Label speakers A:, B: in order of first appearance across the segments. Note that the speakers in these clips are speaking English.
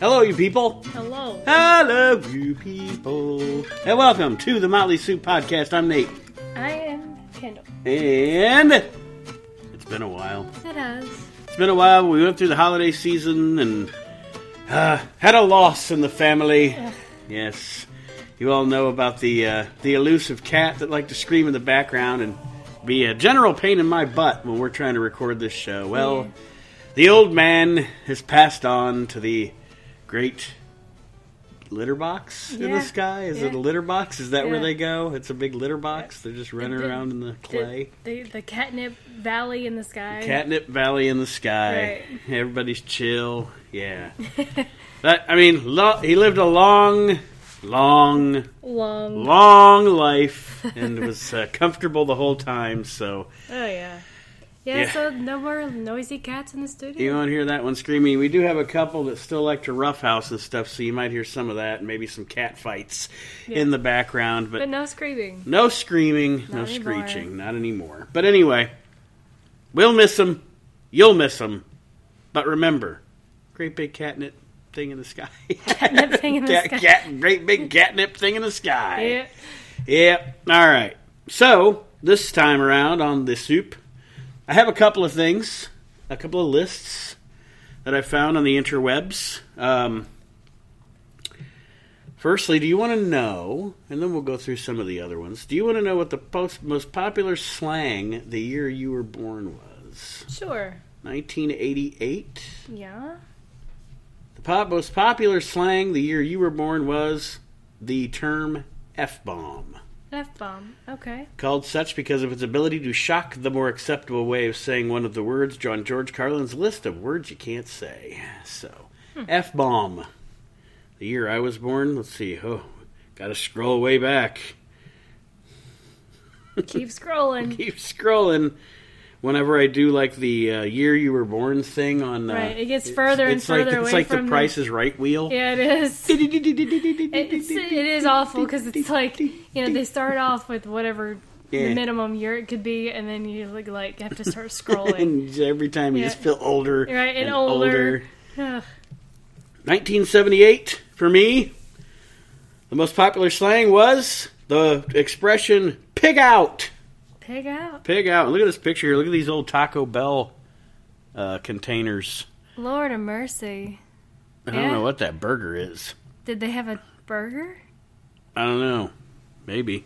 A: Hello, you people.
B: Hello.
A: Hello, you people. And welcome to the Motley Soup Podcast. I'm Nate.
B: I am Kendall.
A: And it's been a while.
B: That has.
A: It's been a while. We went through the holiday season and uh, had a loss in the family. Yes. You all know about the uh, the elusive cat that liked to scream in the background and be a general pain in my butt when we're trying to record this show. Well, the old man has passed on to the great litter box in the
B: Yeah,
A: sky. Is it a
B: yeah.
A: litter box? Is that where
B: Yeah.
A: they go? It's a big litter box. They're just running
B: The-
A: around in the clay.
B: The, the, the catnip valley in the sky.
A: Catnip Valley in the sky.
B: Right.
A: Everybody's chill. Yeah. that, I mean, lo- he lived a long, long,
B: Lung.
A: long life and was uh, comfortable the whole time. So
B: Oh, yeah. yeah.
A: Yeah.
B: so no more noisy cats in the studio?
A: you won't hear that one screaming. We do have a couple that still like to roughhouse and stuff, so you might hear some of that and maybe some cat fights in the background. But
B: But no screaming.
A: no screaming, no
B: Not anymore.
A: screeching, not anymore. But anyway, we'll miss him. You'll miss him. But remember, great big catnip thing in the sky.
B: Catnip thing in the
A: Cat-
B: sky.
A: cat- great big catnip thing in the sky.
B: Yeah.
A: Yep. All right. So this time around on the soup, I have a couple of things, a couple of lists that I found on the interwebs. Um, firstly, do you want to know? And then we'll go through some of the other ones. Do you want to know what the post, most popular slang the year you were born was?
B: Sure.
A: 1988.
B: Yeah.
A: The pop, most popular slang the year you were born was the term f bomb.
B: F bomb. Okay.
A: Called such because of its ability to shock the more acceptable way of saying one of the words drawn George Carlin's list of words you can't say. So,
B: Hmm.
A: F bomb. The year I was born, let's see, oh, gotta scroll way back.
B: Keep scrolling.
A: Keep scrolling. Whenever I do like the uh, year you were born thing on. Uh,
B: Right, it gets
A: it's-
B: further and
A: it's like,
B: further
A: It's
B: away
A: like
B: from
A: the
B: the-
A: Price is Right wheel.
B: Yeah, it is. It's, it is awful because it's like, you know, they start off with whatever
A: Yeah.
B: the minimum year it could be, and then you like, like have to start scrolling.
A: and every time you
B: Yeah.
A: just feel older
B: Right, and
A: older.
B: older. Ugh.
A: 1978 for me. The most popular slang was the expression "pig out."
B: Pig out.
A: Pig out. Look at this picture here. Look at these old Taco Bell uh, containers.
B: Lord of mercy.
A: I don't
B: Yeah.
A: know what that burger is.
B: Did they have a burger?
A: I don't know. Maybe.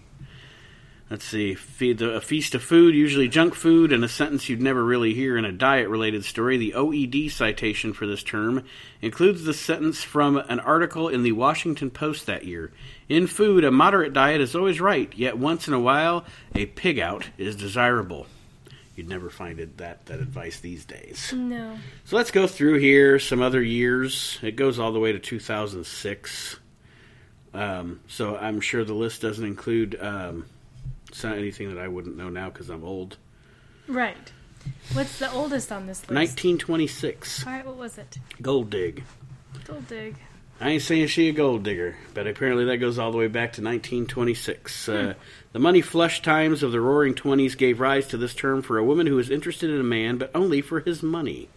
A: Let's see. Feed the, a feast of food, usually junk food, and a sentence you'd never really hear in a diet related story. The OED citation for this term includes the sentence from an article in the Washington Post that year. In food, a moderate diet is always right, yet once in a while, a pig out is desirable. You'd never find it that, that advice these days.
B: No.
A: So let's go through here some other years. It goes all the way to 2006. Um, so I'm sure the list doesn't include um, it's not anything that I wouldn't know now because I'm old.
B: Right. What's the oldest on this list?
A: 1926,
B: All right, what was it?
A: gold dig.
B: Gold dig.
A: I ain't saying she a gold digger, but apparently that goes all the way back to 1926. Uh, the money flush times of the Roaring Twenties gave rise to this term for a woman who was interested in a man, but only for his money.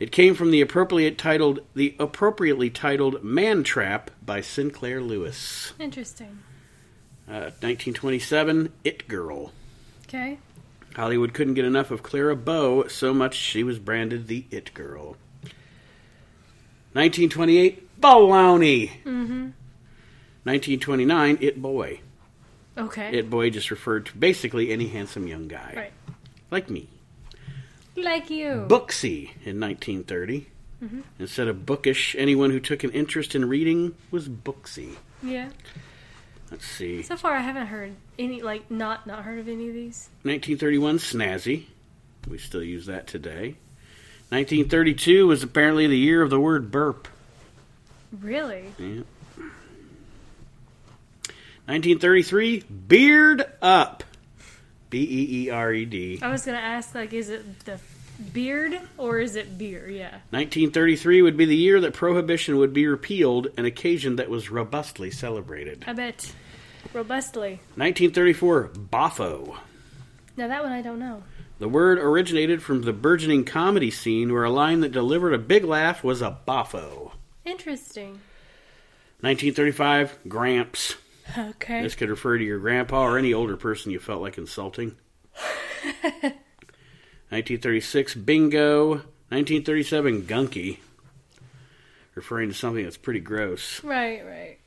A: It came from the appropriate titled the appropriately titled "Man Trap" by Sinclair Lewis.
B: Interesting.
A: Uh, 1927, "It Girl."
B: Okay.
A: Hollywood couldn't get enough of Clara Bow, so much she was branded the It Girl. 1928, Baloney. Mm-hmm. 1929, It Boy.
B: Okay.
A: It Boy just referred to basically any handsome young guy.
B: right.
A: Like me.
B: Like you.
A: Booksy in 1930. Instead of bookish, anyone who took an interest in reading was booksy.
B: yeah.
A: Let's see.
B: So far, I haven't heard any. Like, not not heard of any of these.
A: 1931, snazzy. We still use that today. 1932 was apparently the year of the word burp.
B: Really?
A: Yeah. 1933, Beard Up. B E E R E D.
B: I was gonna ask. Like, is it the beard or is it beer? Yeah.
A: 1933 would be the year that Prohibition would be repealed, an occasion that was robustly celebrated.
B: I bet. Robustly.
A: 1934, Boffo.
B: Now that one I don't know.
A: The word originated from the burgeoning comedy scene where a line that delivered a big laugh was a boffo.
B: Interesting.
A: 1935, Gramps.
B: Okay.
A: This could refer to your grandpa or any older person you felt like insulting. 1936, Bingo. 1937, Gunky. Referring to something that's pretty gross.
B: Right, right.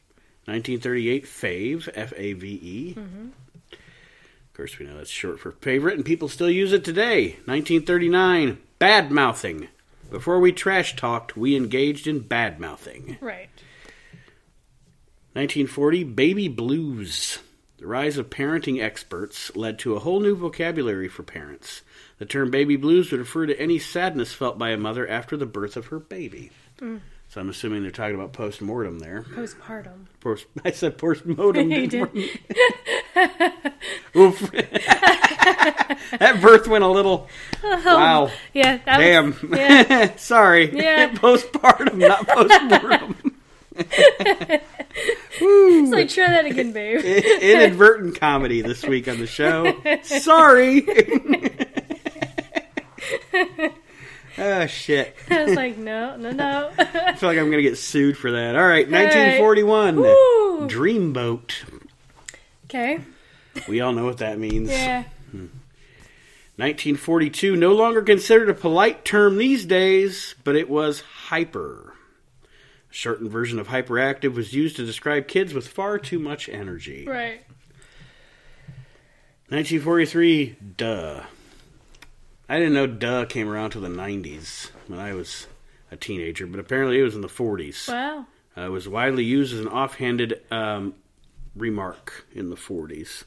A: 1938, Fave. F A V E. Of course, we know that's short for favorite, and people still use it today. 1939, Bad Mouthing. Before we trash talked, we engaged in bad mouthing.
B: Right.
A: 1940, baby blues. The rise of parenting experts led to a whole new vocabulary for parents. The term baby blues would refer to any sadness felt by a mother after the birth of her baby.
B: Mm.
A: So I'm assuming they're talking about postmortem there.
B: Postpartum.
A: Post, I said postmortem.
B: You
A: didn't
B: did.
A: I? Oof. that birth went a little. Wow.
B: Yeah, that
A: Damn.
B: Oh. was. Yeah.
A: Sorry.
B: Yeah.
A: postpartum, not postmortem.
B: It's like, try that again, babe.
A: inadvertent comedy this week on the show. Sorry. oh shit!
B: I was like, no, no, no.
A: I feel like I'm gonna get sued for that. All right, 1941.
B: Woo.
A: Dreamboat.
B: Okay.
A: We all know what that means.
B: Yeah.
A: 1942, no longer considered a polite term these days, but it was hyper. A shortened version of hyperactive was used to describe kids with far too much energy.
B: Right.
A: 1943, duh. I didn't know duh came around till the 90s when I was a teenager, but apparently it was in the 40s.
B: Wow.
A: Uh, it was widely used as an offhanded um, remark in the 40s.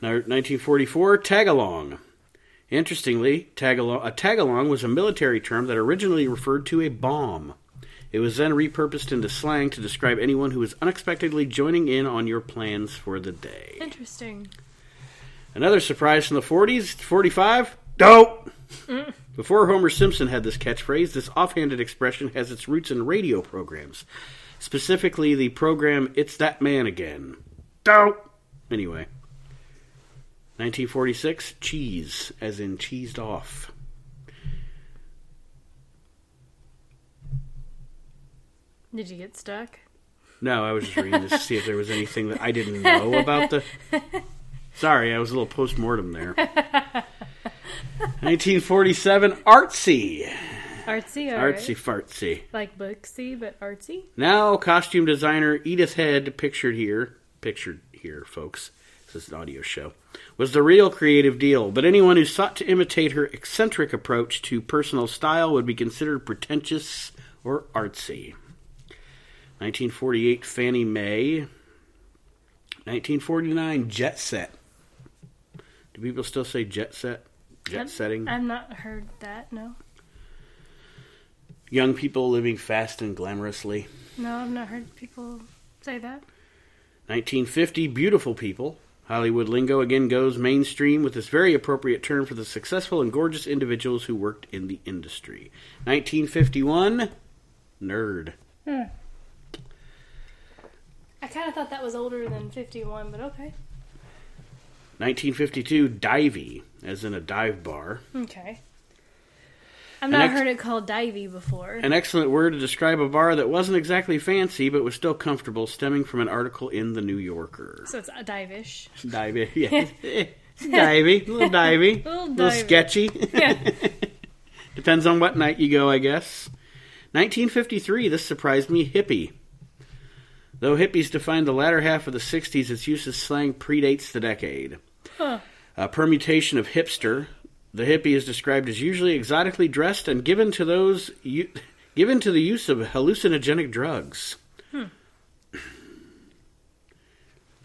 A: Now, 1944, tagalong. Interestingly, tagalong, a tagalong was a military term that originally referred to a bomb. It was then repurposed into slang to describe anyone who was unexpectedly joining in on your plans for the day.
B: Interesting.
A: Another surprise from the 40s, 45, dope. Before Homer Simpson had this catchphrase, this offhanded expression has its roots in radio programs, specifically the program It's That Man Again. Dope. Anyway, 1946, cheese, as in cheesed off.
B: Did you get stuck?
A: No, I was just reading this to see if there was anything that I didn't know about the. Sorry, I was a little post mortem there. 1947, artsy.
B: Artsy, alright.
A: Artsy fartsy.
B: Like Booksy, but artsy.
A: Now, costume designer Edith Head, pictured here, pictured here, folks, this is an audio show, was the real creative deal. But anyone who sought to imitate her eccentric approach to personal style would be considered pretentious or artsy. 1948, Fannie Mae. 1949, Jet Set. Do people still say Jet Set? Jet
B: I've-
A: setting?
B: I've not heard that, no.
A: Young people living fast and glamorously.
B: No, I've not heard people say that.
A: 1950, Beautiful People. Hollywood lingo again goes mainstream with this very appropriate term for the successful and gorgeous individuals who worked in the industry. 1951, Nerd.
B: I kind of thought that was older than 51, but okay.
A: 1952, Divey, as in a dive bar.
B: Okay. I've not
A: next-
B: heard it called divey before.
A: An excellent word to describe a bar that wasn't exactly fancy but was still comfortable, stemming from an article in The New Yorker.
B: So it's a divish.
A: Divey, yeah. It's divey, a little divey,
B: Little divey.
A: sketchy.
B: Yeah.
A: Depends on what night you go, I guess. 1953, this surprised me, hippie. Though hippies defined the latter half of the 60s, its use as slang predates the decade.
B: Huh.
A: A permutation of hipster, the hippie is described as usually exotically dressed and given to those u- given to the use of hallucinogenic drugs.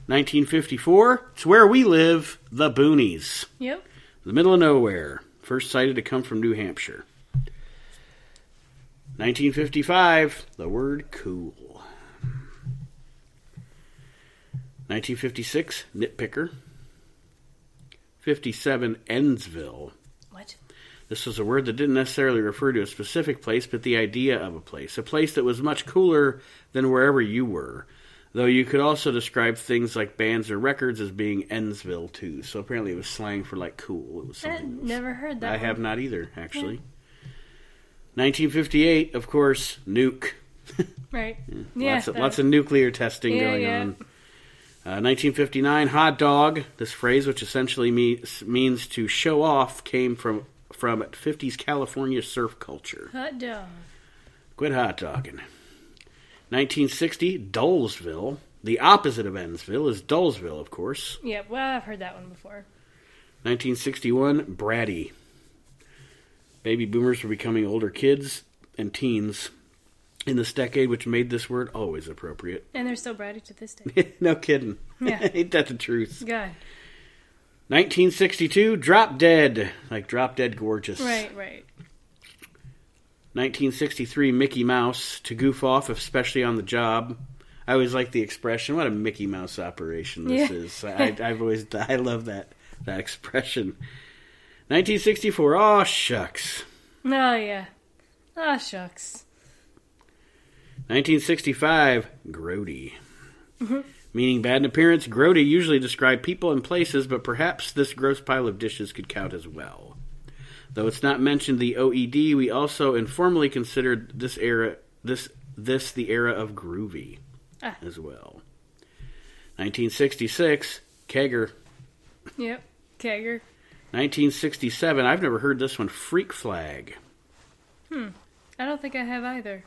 A: 1954, it's where we live, the boonies.
B: Yep.
A: The middle of nowhere. First sighted to come from New Hampshire. 1955. The word cool. 1956. Nitpicker. 57. Ennsville.
B: What?
A: This was a word that didn't necessarily refer to a specific place, but the idea of a place. A place that was much cooler than wherever you were. Though you could also describe things like bands or records as being Ennsville, too. So apparently it was slang for like cool. It was
B: I
A: something that was-
B: never heard that.
A: I
B: one.
A: have not either, actually. 1958, of course, Nuke.
B: Right. Yeah.
A: Mm. lots, of,
B: that-
A: lots of nuclear testing
B: Yeah,
A: going
B: yeah.
A: on. Uh, 1959, hot dog. This phrase, which essentially means, means to show off, came from from 50s California surf culture.
B: hot dog.
A: Quit hot dogging. 1960, Dolesville. The opposite of Ennsville is Dolesville, of course.
B: Yeah. Well, I've heard that one before.
A: 1961, Bratty. Baby boomers were becoming older kids and teens in this decade, which made this word always appropriate.
B: And they're still bratty to this day.
A: no kidding.
B: Yeah.
A: Ain't that the truth?
B: God.
A: 1962, Drop Dead. Like Drop Dead Gorgeous.
B: Right. Right.
A: 1963, Mickey Mouse. To goof off, especially on the job. I always like the expression. What a Mickey Mouse operation this
B: Yeah.
A: is. I, I've always, I love that, that expression. 1964, aw shucks.
B: Oh yeah. Ah shucks.
A: 1965, grody. Meaning bad in appearance, grody usually describe people and places, but perhaps this gross pile of dishes could count as well. Though it's not mentioned the OED, we also informally considered this era this this the era of groovy
B: Ah.
A: as well. 1966, kegger.
B: Yep. Kegger.
A: 1967, I've never heard this one, freak flag.
B: I don't think I have either.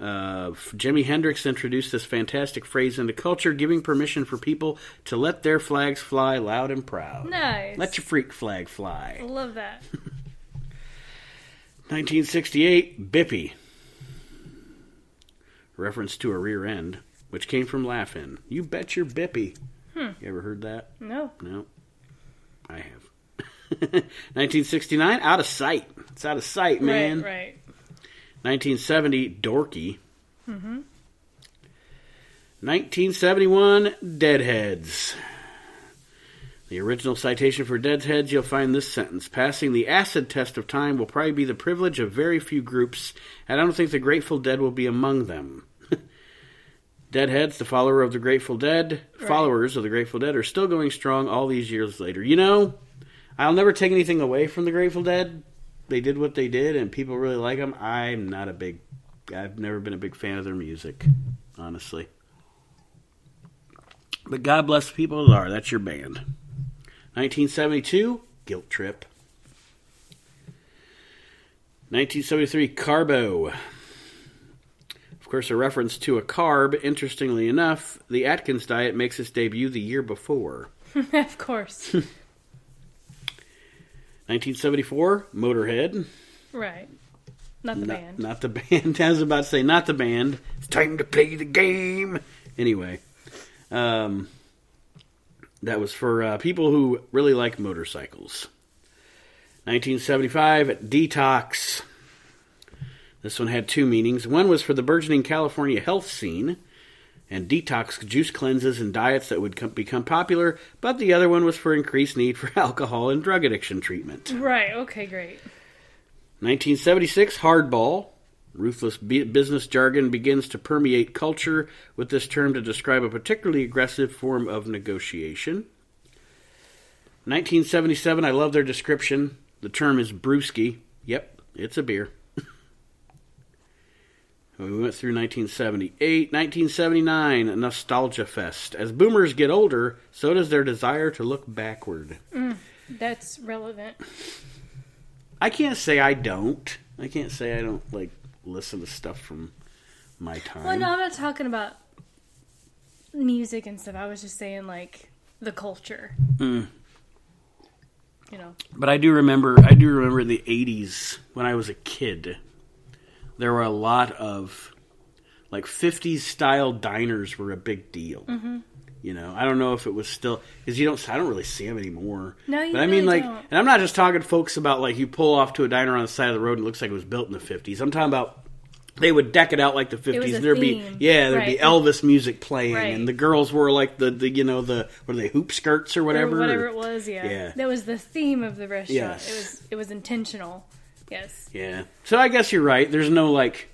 A: Uh, Jimi Hendrix introduced this fantastic phrase into culture, giving permission for people to let their flags fly loud and proud.
B: Nice.
A: Let your freak flag fly.
B: Love that.
A: 1968, Bippy. Reference to a rear end, which came from Laugh-In. You bet your Bippy.
B: Hmm.
A: You ever heard that?
B: No.
A: No. I have. 1969, Out of Sight. It's out of sight, man.
B: Right. Right.
A: 1970, Dorky. Mm-hmm. 1971, Deadheads. The original citation for Deadheads, you'll find this sentence Passing the acid test of time will probably be the privilege of very few groups, and I don't think the Grateful Dead will be among them. Deadheads, the follower of the Grateful Dead,
B: Right.
A: followers of the Grateful Dead are still going strong all these years later. You know, I'll never take anything away from the Grateful Dead. They did what they did, and people really like them. I'm not a big, I've never been a big fan of their music, honestly. But God bless the people that are. That's your band. 1972, Guilt Trip. 1973, Carbo. Of course, a reference to a carb. Interestingly enough, the Atkins diet makes its debut the year before.
B: of course.
A: 1974, Motorhead.
B: right. Not the
A: not,
B: band.
A: Not the band. I was about to say, not the band. It's time to play the game. Anyway, um, that was for uh, people who really like motorcycles. 1975, Detox. This one had two meanings. One was for the burgeoning California health scene and detox juice cleanses and diets that would com- become popular, but the other one was for increased need for alcohol and drug addiction treatment.
B: Right. Okay. Great.
A: 1976 hardball ruthless bu- business jargon begins to permeate culture with this term to describe a particularly aggressive form of negotiation 1977 i love their description the term is brewski yep it's a beer we went through 1978 1979 nostalgia fest as boomers get older so does their desire to look backward
B: That's relevant.
A: I can't say I don't. I can't say I don't like listen to stuff from my time.
B: Well, no, I'm not talking about music and stuff. I was just saying like the culture.
A: Mm.
B: You know.
A: But I do remember. I do remember in the '80s when I was a kid. There were a lot of like '50s style diners were a big deal.
B: Mm-hmm.
A: You know, I don't know if it was still because you don't. I don't really see them anymore.
B: No, you
A: But I mean,
B: really
A: like,
B: don't.
A: and I'm not just talking folks about like you pull off to a diner on the side of the road and it looks like it was built in the '50s. I'm talking about they would deck it out like the 50s.
B: was a
A: there'd
B: theme.
A: be yeah, there'd be
B: Right.
A: Elvis music playing,
B: Right.
A: and the girls wore like the, the you know the what are they hoop skirts or whatever.
B: Or whatever
A: or-
B: it was, yeah.
A: Yeah.
B: That was the theme of the restaurant.
A: Yes.
B: It was it was intentional. Yes.
A: Yeah. So I guess you're right. There's no like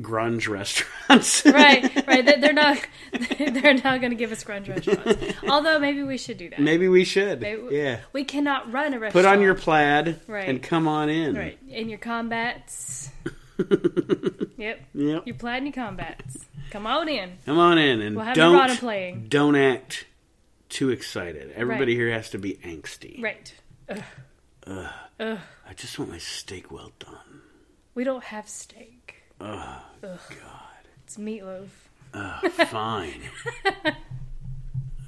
A: grunge restaurants.
B: Right, right. They- They're not they're not going to give us grunge restaurants. Although maybe we should do that.
A: Maybe we should.
B: Maybe-
A: yeah.
B: We cannot run a restaurant.
A: Put on your plaid
B: Right.
A: and come on in.
B: right in your combats. Yep.
A: Yep.
B: You plan your combats. Come on in.
A: Come on in and
B: We'll have your Rana
A: don't
B: playing.
A: don't act too excited. Everybody
B: Right.
A: here has to be angsty.
B: Right.
A: I just want my steak well done.
B: We don't have steak.
A: Oh
B: It's meatloaf.
A: God. Ugh, fine.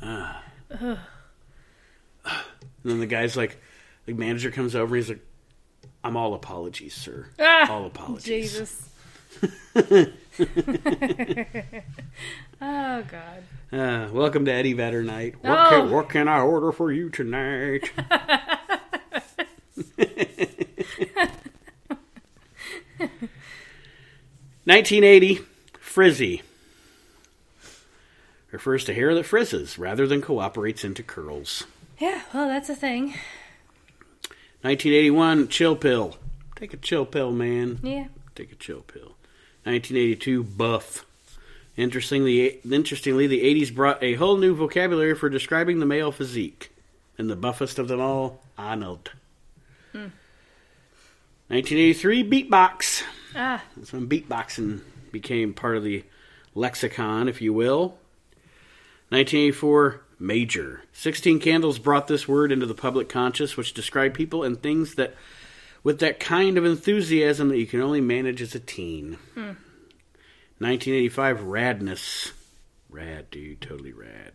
A: Ugh. And then the guy's like, the manager comes over. He's like, "I'm all apologies, sir.
B: Ah,
A: all apologies."
B: Jesus. oh God.
A: Uh, welcome to Eddie Vedder night. What,
B: No.
A: can, what can I order for you tonight? Nineteen eighty, frizzy refers to hair that frizzes rather than cooperates into curls.
B: Yeah, well that's a thing.
A: Nineteen eighty one, chill pill. Take a chill pill, man.
B: Yeah.
A: Take a chill pill. 1982 Buff. Interestingly, interestingly, the 80s brought a whole new vocabulary for describing the male physique, and the buffest of them all, Arnold. 1983 Beatbox.
B: Ah,
A: That's when beatboxing became part of the lexicon, if you will. 1984 Major. 16 Candles brought this word into the public conscious, which described people and things that with that kind of enthusiasm that you can only manage as a teen. 1985 Radness. Rad, dude, totally rad.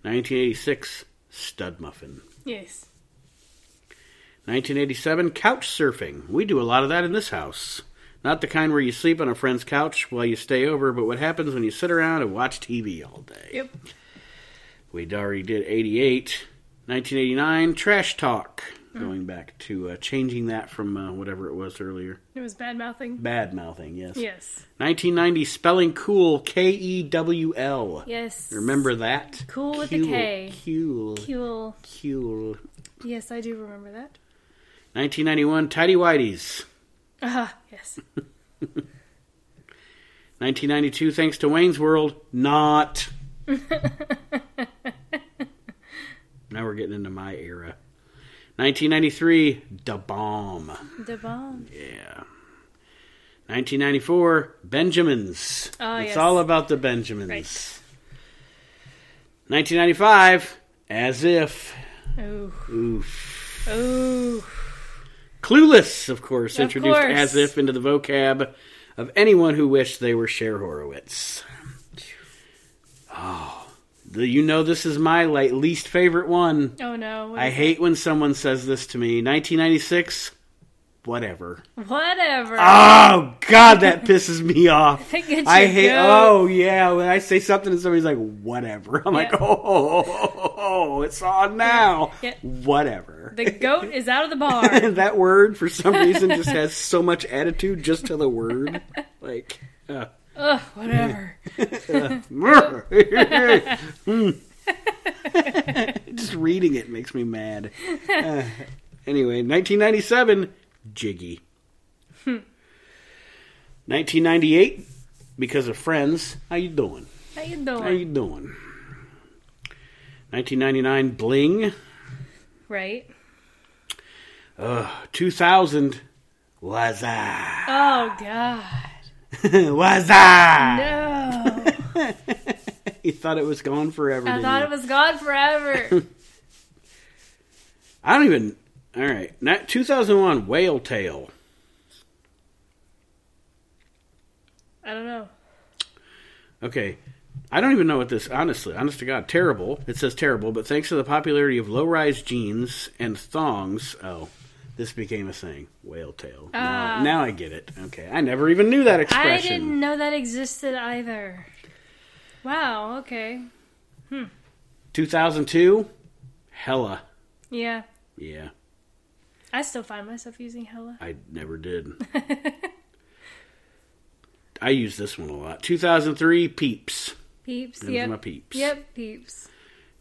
A: 1986 Stud Muffin.
B: yes.
A: 1987 couch surfing we do a lot of that in this house not the kind where you sleep on a friend's couch while you stay over but what happens when you sit around and watch tv all day
B: Yep.
A: we already did 88 1989 trash talk
B: Mm.
A: going back to uh, changing that from uh, whatever it was earlier
B: It was bad mouthing.
A: bad mouthing yes
B: Yes.
A: 1990 spelling cool k-e-w-l
B: Yes.
A: remember that
B: Cool with a K.
A: cool
B: Cool.
A: cool
B: Yes, I do remember that.
A: 1991 tidy whiteys
B: Ah, yes.
A: 1992, thanks to Wayne's World, not. now we're getting into my era. 1993, Da Bomb.
B: The bomb.
A: Yeah. 1994, Benjamins.
B: Oh,
A: it's
B: yes.
A: all about the Benjamins.
B: Right.
A: 1995, As If.
B: Oh.
A: Oof.
B: Oh.
A: Clueless, of course,
B: Of
A: introduced
B: course.
A: as if into the vocab of anyone who wished they were Cher Horowitz. Oh, the, you know this is my like, least favorite one.
B: Oh no. What
A: I
B: is-
A: hate when someone says this to me. 1996, whatever.
B: Whatever.
A: Oh God, that pisses me off.
B: It gets
A: I
B: you
A: hate.
B: good.
A: Oh yeah, when I say something and somebody's like, whatever. I'm like,
B: Yeah.
A: oh, it's on now.
B: Yeah.
A: Whatever
B: The goat is out of the barn.
A: that word for some reason just has so much attitude just to the word like Hmm. uh,
B: Ugh, whatever.
A: Mm. just reading it makes me mad Uh, anyway 1997 jiggy 1998 because of friends how you doing
B: How you
A: how
B: doing?
A: you doing 1999 bling
B: Right.
A: Ugh, 2000 was I.
B: Oh god.
A: was I?
B: No.
A: You thought it was gone forever.
B: I
A: didn't
B: thought
A: you?
B: it was gone forever.
A: I don't even. All right, not 2001 Whale Tail.
B: I don't know.
A: Okay, I don't even know what this. Honestly, honest to God, terrible. It says terrible, but thanks to the popularity of low-rise jeans and thongs, oh, this became a thing. Whale Tail. now,
B: Ah.
A: now I get it. Okay, I never even knew that expression.
B: I didn't know that existed either. Wow, okay.
A: 2002, hella.
B: Yeah.
A: Yeah,
B: I still find myself using hella.
A: I never did. I use this one a lot. 2003, peeps.
B: Peeps.
A: Those
B: yep.
A: are my peeps.
B: Yep, peeps.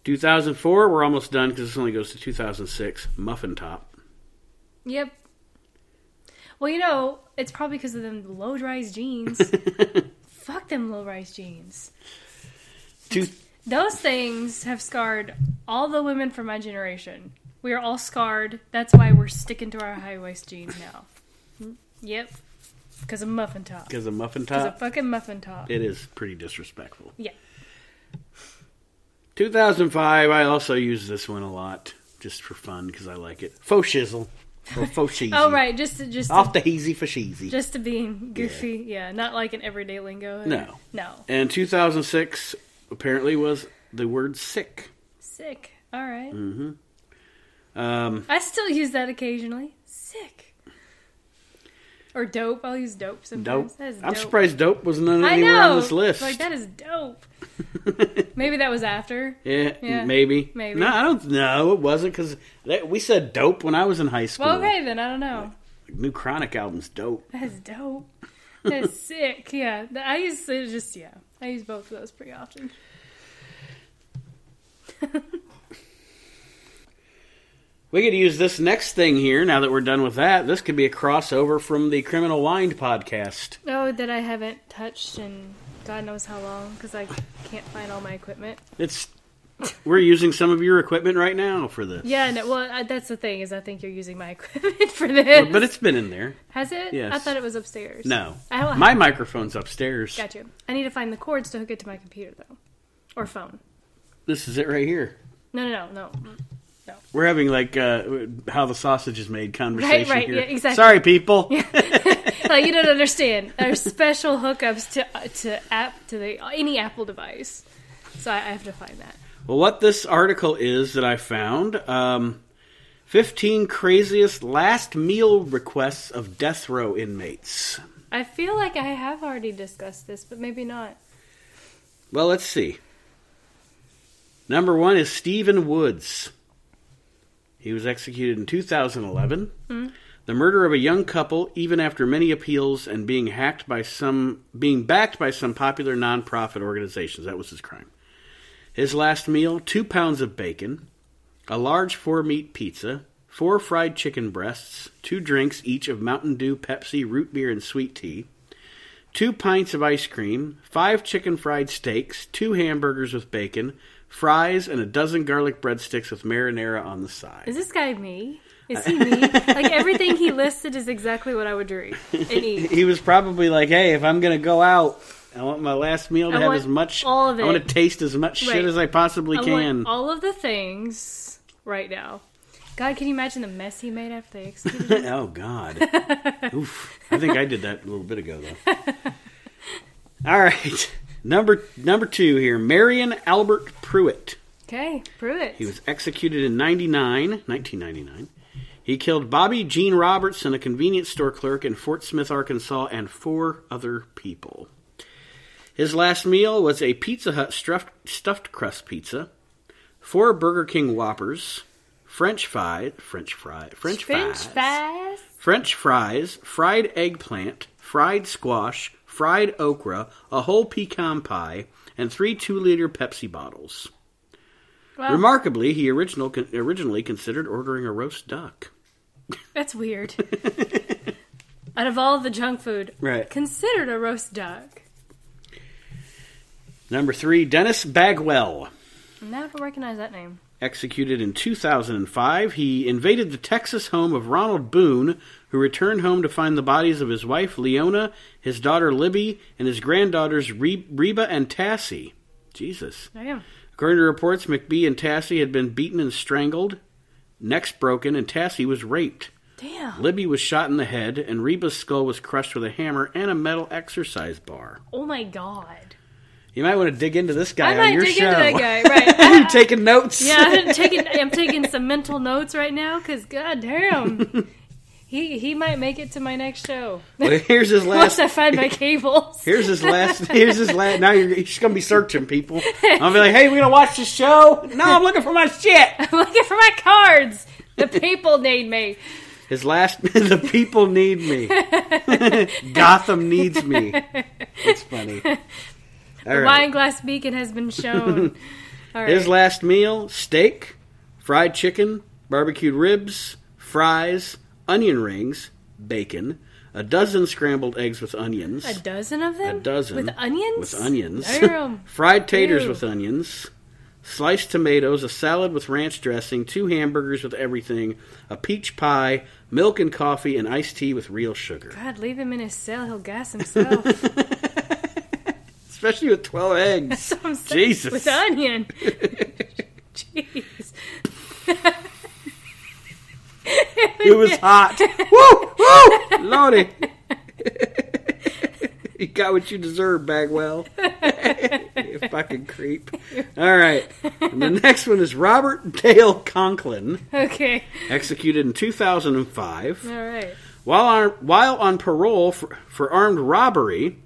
A: 2004, we're almost done because this only goes to 2006. Muffin Top.
B: Yep. Well, you know, it's probably because of them low rise jeans. Fuck them low rise jeans.
A: Two,
B: Those things have scarred all the women from my generation. We are all scarred. That's why we're sticking to our high waist jeans now. Mm-hmm. Yep. Because of muffin top.
A: Because a muffin
B: Because
A: top,
B: of fucking muffin top.
A: it is pretty disrespectful.
B: Yeah.
A: 2005, I also use this one a lot just for fun because I like it. Faux shizzle. Or faux cheesy.
B: Oh right, just to, just
A: Off
B: to,
A: the heezy for sheezy.
B: just to being goofy. Yeah. not like an everyday lingo.
A: No.
B: No.
A: and 2006 apparently was the word sick.
B: Sick. All right.
A: Mm. Um,
B: I still use that occasionally. Sick. Or dope. I'll use dope sometimes.
A: dope.
B: That is
A: I'm
B: dope.
A: surprised dope was not
B: I
A: anywhere
B: know.
A: on this list.
B: Like that is dope. Maybe that was after.
A: yeah,
B: Yeah.
A: Eh, maybe.
B: Maybe.
A: No, I don't know. It wasn't because we said dope when I was in high school.
B: Well, okay then. I don't know.
A: New Chronic album's dope.
B: That's dope. That's sick. Yeah, Th- I use it just yeah. I use both of those pretty often.
A: We could use this next thing here now that we're done with that. This could be a crossover from the Criminal Wind podcast.
B: Oh, that I haven't touched in God knows how long because I can't find all my equipment.
A: It's we're using some of your equipment right now for this.
B: Yeah, no. Well, I, that's the thing is I think you're using my equipment for this.
A: But it's been in there.
B: Has it? I
A: Yes.
B: thought it was upstairs.
A: No.
B: I don't
A: My microphone's upstairs.
B: Got you. I need to find the cords to hook it to my computer though, or phone.
A: This is it right here.
B: No, no, no, no.
A: We're having like uh, how the sausage is made conversation
B: right,
A: here.
B: yeah, exactly.
A: Sorry, people.
B: like you don't understand. There's special hookups to uh, to app to the any Apple device, so I, I have to find that.
A: Well, what this article is that I found um, 15 craziest last meal requests of death row inmates.
B: I feel like I have already discussed this, but maybe not.
A: Well, let's see. Number one is Stephen Woods. He was executed in 2011. The murder of a young couple, even after many appeals and being hacked by some, being backed by some popular nonprofit organizations. That was his crime. His last meal: two pounds of bacon, a large four-meat pizza, four fried chicken breasts, two drinks each of Mountain Dew, Pepsi, root beer, and sweet tea two pints of ice cream, five chicken fried steaks, two hamburgers with bacon, fries, and a dozen garlic breadsticks with marinara on the side.
B: Is this guy me? Is he me? like everything he listed is exactly what I would drink and eat.
A: He was probably like, "Hey, if I'm gonna go out, I want my last meal to
B: I
A: have
B: want
A: as much.
B: all of
A: I want
B: it."
A: to taste as much
B: Right.
A: shit as I possibly
B: I
A: can."
B: want all of the things right now. God, can you imagine the mess he made after they executed him?
A: oh God, Oof. I think I did that a little bit ago though. all right, number number two here, Marion Albert Pruitt.
B: Okay, prove it.
A: He was executed in 99, 1999. He killed Bobby Gene Robertson, a convenience store clerk in Fort Smith, Arkansas, and four other people. His last meal was a Pizza Hut stuffed, stuffed crust pizza, four Burger King Whoppers, French fries, French fry, French,
B: French fries.
A: French fries, fried eggplant, fried squash, fried okra, a whole pecan pie, and three two-liter Pepsi bottles.
B: Well,
A: Remarkably, he original, con- originally considered ordering a roast duck.
B: That's weird. Out of all the junk food,
A: Right.
B: considered a roast duck.
A: Number three, Dennis Bagwell.
B: Now I don't recognize that name.
A: Executed in 2005, he invaded the Texas home of Ronald Boone, who returned home to find the bodies of his wife, Leona, his daughter, Libby, and his granddaughters, Re- Reba and Tassie. Jesus.
B: Damn.
A: According to reports, McBee and Tassie had been beaten and strangled, necks broken, and Tassie was raped.
B: Damn.
A: Libby was shot in the head, and Reba's skull was crushed with a hammer and a metal exercise bar.
B: Oh my god.
A: You might want to dig into this guy
B: I
A: on
B: might
A: your
B: dig
A: show.
B: into that guy. Right.
A: You taking notes?
B: yeah, I'm taking I'm taking some mental notes right now because god damn. He he might make it to my next show.
A: Well, here's his last.
B: Once I find my cables.
A: Here's his last. Here's his last. Now you're, you're just gonna be searching people. I'll be like, "Hey, we're gonna watch the show." No, I'm looking for my shit.
B: I'm looking for my cards. The people need me.
A: His last. the people need me. Gotham needs me. It's funny. All
B: The
A: right.
B: wine glass beacon has been shown. All right.
A: His last meal: steak, fried chicken, barbecued ribs, fries, onion rings, bacon, a dozen scrambled eggs with onions,
B: a dozen of
A: a
B: them?
A: dozen
B: With onions? Oh,
A: with onions,
B: Damn.
A: fried taters
B: Ew.
A: with onions, sliced tomatoes, a salad with ranch dressing, two hamburgers with everything, a peach pie, milk and coffee, and iced tea with real sugar.
B: God, leave him in his cell. He'll gas himself.
A: Especially with 12 eggs.
B: That's what I'm saying.
A: Jesus.
B: With the onion. Jeez.
A: It was hot. woo! Woo! Lordy. you got what you deserve, Bagwell. you fucking creep. All right. And the next one is Robert Dale Conklin.
B: Okay.
A: executed in 2005.
B: All right.
A: While on, while on parole for, for armed robbery,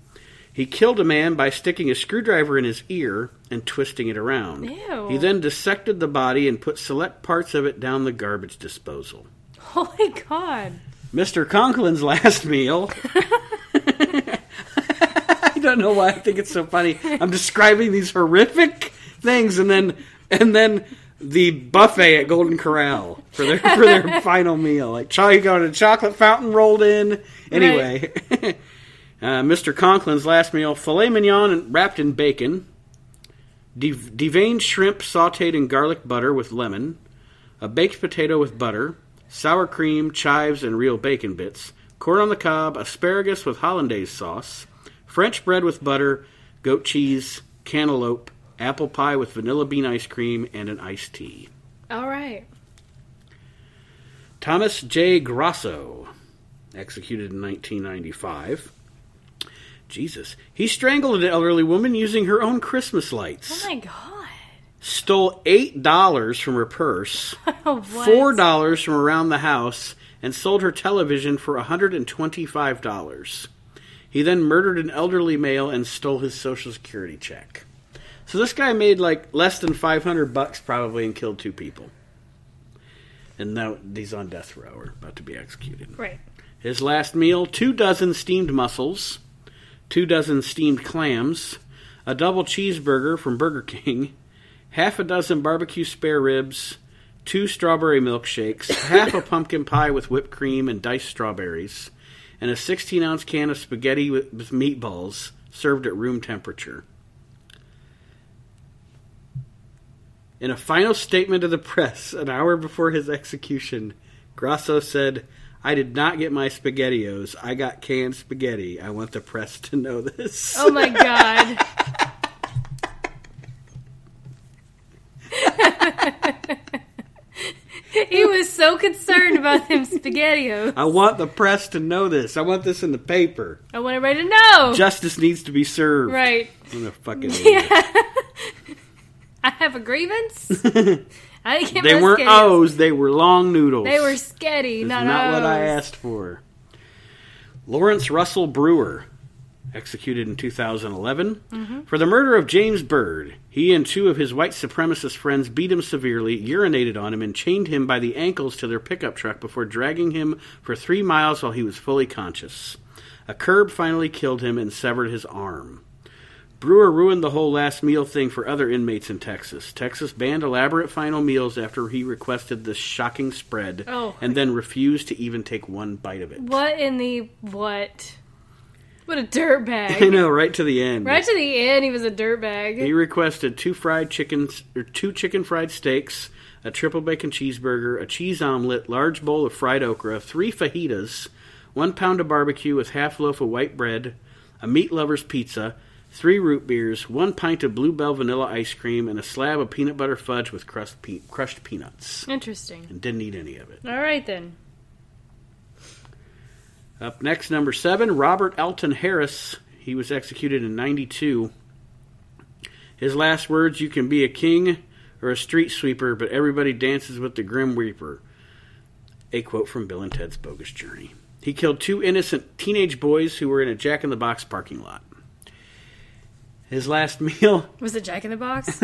A: he killed a man by sticking a screwdriver in his ear and twisting it around.
B: Ew.
A: He then dissected the body and put select parts of it down the garbage disposal.
B: Holy God.
A: Mr. Conklin's last meal. I don't know why I think it's so funny. I'm describing these horrific things and then and then the buffet at Golden Corral for their for their final meal. Like cho- you got a chocolate fountain rolled in. Anyway, uh, Mr. Conklin's last meal: filet mignon and- wrapped in bacon, dev- deveined shrimp sautéed in garlic butter with lemon, a baked potato with butter, sour cream, chives, and real bacon bits, corn on the cob, asparagus with hollandaise sauce, French bread with butter, goat cheese, cantaloupe, apple pie with vanilla bean ice cream, and an iced tea.
B: All right.
A: Thomas J. Grosso, executed in 1995. Jesus. He strangled an elderly woman using her own Christmas
B: Oh
A: lights.
B: my God.
A: Stole $8 from her purse.
B: Oh, what?
A: four dollars from around the house and sold her television for hundred and twenty-five dollars. He then murdered an elderly male and stole his social security check. So this guy made like less than five hundred bucks probably and killed two people. And now he's on death row or about to be executed.
B: Right.
A: His last meal two dozen steamed mussels, two dozen steamed clams, a double cheeseburger from Burger King, half a dozen barbecue spare ribs, two strawberry milkshakes, half a pumpkin pie with whipped cream and diced strawberries, and a 16 ounce can of spaghetti with, with meatballs served at room temperature. In a final statement to the press an hour before his execution, Grasso said, I did not get my spaghettios. I got canned spaghetti. I want the press to know this.
B: Oh my God. he was so concerned about them spaghettios.
A: I want the press to know this. I want this in the paper.
B: I want everybody to know.
A: Justice needs to be served.
B: Oh. right.
A: I'm a fucking idiot.
B: Yeah. I have a grievance. I didn't get
A: They
B: my
A: weren't
B: spaghettios.
A: O's, they were long noodles.
B: They were sketty,
A: It's
B: not,
A: not what I
B: O's.
A: asked for. Lawrence Russell Brewer, executed in 2011 for the murder of James Byrd. He and two of his white supremacist friends beat him severely, urinated on him, and chained him by the ankles to their pickup truck before dragging him for three miles while he was fully conscious. A curb finally killed him and severed his arm. Brewer ruined the whole last meal thing for other inmates in Texas. Texas banned elaborate final meals after he requested this shocking spread
B: Oh.
A: and then refused to even take one bite of it.
B: What in the what? What a dirtbag.
A: I know, right to the end.
B: Right to the end, he was a dirtbag.
A: He requested two fried chickens or two chicken fried steaks, a triple bacon cheeseburger, a cheese omelet, large bowl of fried okra, three fajitas, one pound of barbecue with half loaf of white bread, a meat lover's pizza, three root beers, one pint of bluebell vanilla ice cream, and a slab of peanut butter fudge with crust pe- crushed peanuts.
B: Interesting.
A: And didn't eat any of it.
B: All right then.
A: Up next, number seven, Robert Elton Harris. He was executed in 92. His last words You can be a king or a street sweeper, but everybody dances with the Grim Reaper. A quote from Bill and Ted's Bogus Journey. He killed two innocent teenage boys who were in a Jack in the Box parking lot. His last meal?
B: Was it Jack in the Box?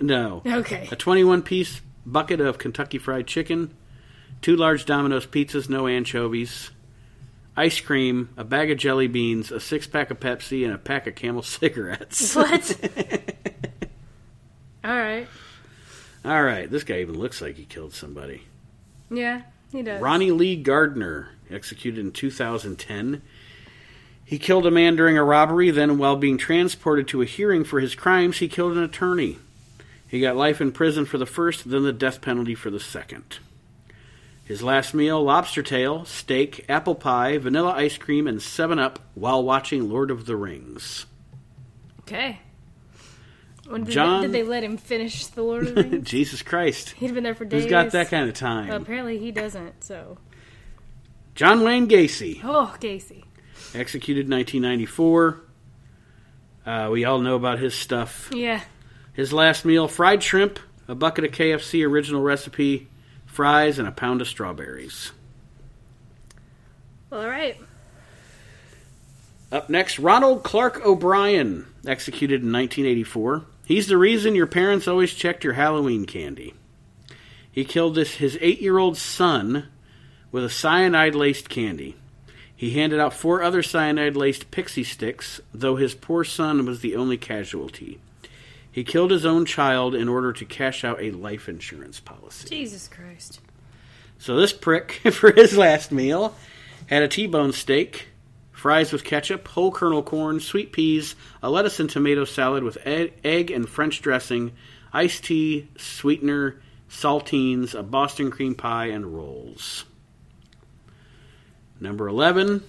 A: No.
B: Okay.
A: A 21 piece bucket of Kentucky Fried Chicken, two large Domino's pizzas, no anchovies, ice cream, a bag of jelly beans, a six pack of Pepsi, and a pack of camel cigarettes.
B: What? All right.
A: All right, this guy even looks like he killed somebody.
B: Yeah, he does.
A: Ronnie Lee Gardner, executed in 2010. He killed a man during a robbery, then, while being transported to a hearing for his crimes, he killed an attorney. He got life in prison for the first, then the death penalty for the second. His last meal lobster tail, steak, apple pie, vanilla ice cream, and 7 Up while watching Lord of the Rings.
B: Okay. When did,
A: John-
B: they, did they let him finish the Lord of the Rings?
A: Jesus Christ.
B: He'd been there for days.
A: Who's got that kind of time?
B: Well, apparently he doesn't. So,
A: John Wayne Gacy,
B: oh, Gacy.
A: executed 1994. Uh, we all know about his stuff.
B: Yeah.
A: His last meal fried shrimp, a bucket of KFC original recipe, fries, and a pound of strawberries.
B: All right.
A: Up next, Ronald Clark O'Brien, executed in 1984. He's the reason your parents always checked your Halloween candy. He killed this, his eight year old son with a cyanide laced candy. He handed out four other cyanide laced pixie sticks, though his poor son was the only casualty. He killed his own child in order to cash out a life insurance policy.
B: Jesus Christ.
A: So this prick, for his last meal, had a T-bone steak, fries with ketchup, whole kernel corn, sweet peas, a lettuce and tomato salad with egg, egg and French dressing, iced tea, sweetener, saltines, a Boston cream pie, and rolls. Number eleven,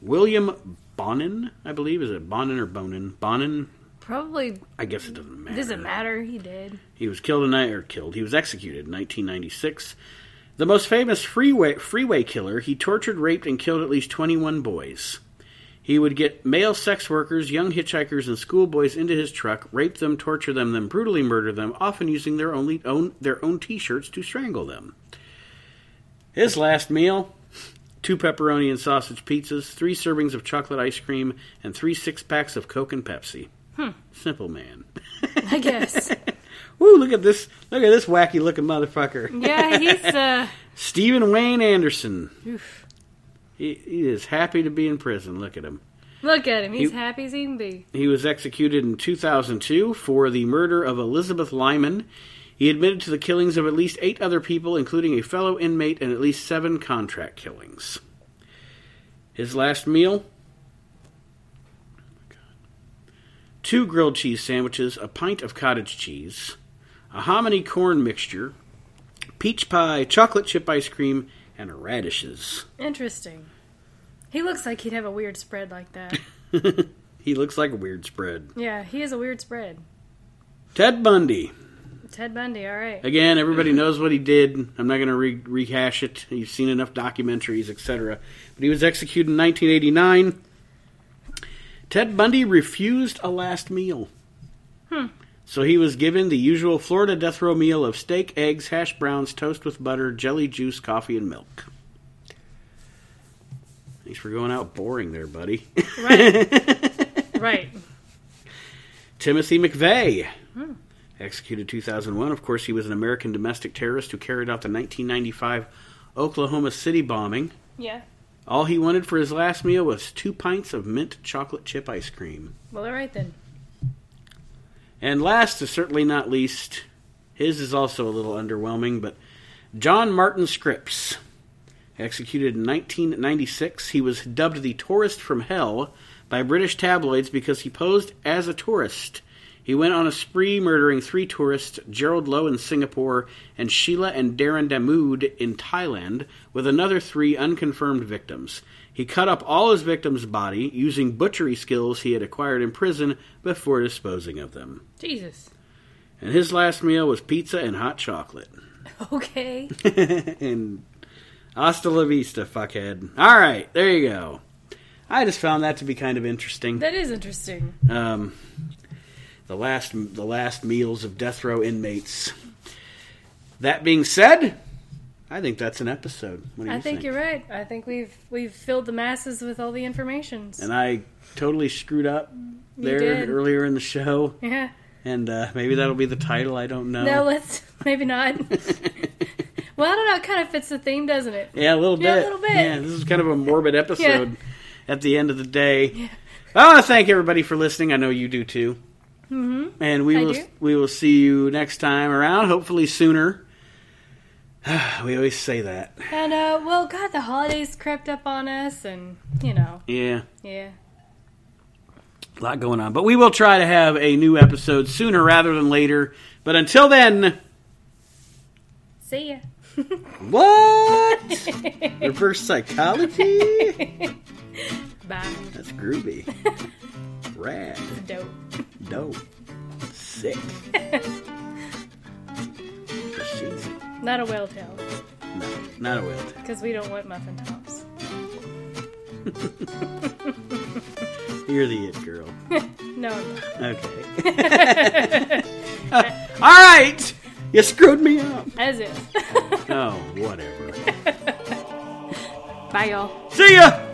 A: William Bonin, I believe is it Bonin or Bonin? Bonin.
B: Probably
A: I guess it doesn't matter.
B: doesn't matter. He did.
A: He was killed in night or killed. He was executed in 1996. The most famous freeway freeway killer, he tortured, raped, and killed at least 21 boys. He would get male sex workers, young hitchhikers, and schoolboys into his truck, rape them, torture them, then brutally murder them, often using their only own their own t-shirts to strangle them. His last meal: two pepperoni and sausage pizzas, three servings of chocolate ice cream, and three six packs of Coke and Pepsi. Simple man.
B: I guess.
A: Woo, look at this look at this wacky looking motherfucker.
B: yeah, he's uh.
A: Stephen Wayne Anderson.
B: oof.
A: He, he is happy to be in prison. Look at him.
B: Look at him. He's
A: You-
B: happy as he can be.
A: He was executed in 2002 for the murder of Elizabeth Lyman. He admitted to the killings of at least eight other people, including a fellow inmate, and at least seven contract killings. His last meal two grilled cheese sandwiches, a pint of cottage cheese, a hominy corn mixture, peach pie, chocolate chip ice cream, and radishes.
B: Interesting. He looks like he'd have a weird spread like that.
A: He looks like a weird spread.
B: yeah, he has a weird spread.
A: Ted Bundy.
B: Ted Bundy. All right.
A: Again, everybody knows what he did. I'm not going to re- rehash it. You've seen enough documentaries, etc. But he was executed in 1989. Ted Bundy refused a last meal.
B: Hmm.
A: So he was given the usual Florida death row meal of steak, eggs, hash browns, toast with butter, jelly juice, coffee, and milk. Thanks for going out boring there, buddy.
B: Right. right.
A: Timothy McVeigh. Executed 2001. Of course, he was an American domestic terrorist who carried out the 1995 Oklahoma City bombing.
B: Yeah.
A: All he wanted for his last meal was two pints of mint chocolate chip ice cream.
B: Well, all right then.
A: And last, but certainly not least, his is also a little underwhelming, but John Martin Scripps. Executed in 1996, he was dubbed the tourist from hell by British tabloids because he posed as a tourist. He went on a spree murdering three tourists, Gerald Lowe in Singapore and Sheila and Darren Damood in Thailand, with another three unconfirmed victims. He cut up all his victims' body using butchery skills he had acquired in prison before disposing of them.
B: Jesus.
A: And his last meal was pizza and hot chocolate.
B: Okay.
A: and hasta la vista, fuckhead. All right, there you go. I just found that to be kind of interesting.
B: That is interesting.
A: Um, the last, the last meals of death row inmates. That being said, I think that's an episode. What do you
B: I think you're right. I think we've we've filled the masses with all the information.
A: And I totally screwed up there
B: did.
A: earlier in the show,
B: Yeah.
A: and uh, maybe that'll be the title. I don't know.
B: No, let's maybe not. well, I don't know. It kind of fits the theme, doesn't it?
A: Yeah, a little bit.
B: Yeah, a little bit.
A: Yeah, this is kind of a morbid episode at the end of the day. I want to thank everybody for listening. I know you do too. Mm-hmm. And we
B: I
A: will
B: do.
A: we will see you next time around. Hopefully sooner. we always say that.
B: And uh, well, God, the holidays crept up on us, and you know,
A: Yeah,
B: yeah,
A: a lot going on. But we will try to have a new episode sooner rather than later But until then,
B: See ya.
A: what? Reverse psychology?
B: Bye.
A: That's groovy. Rad.
B: Dope.
A: Dope. Sick. She's
B: Not a whale tail,
A: no, not a whale tail.
B: because we don't want muffin tops.
A: You're the it girl.
B: No, I'm not.
A: Okay. All right. You screwed me up.
B: as if.
A: Oh, whatever.
B: Bye, y'all.
A: See ya.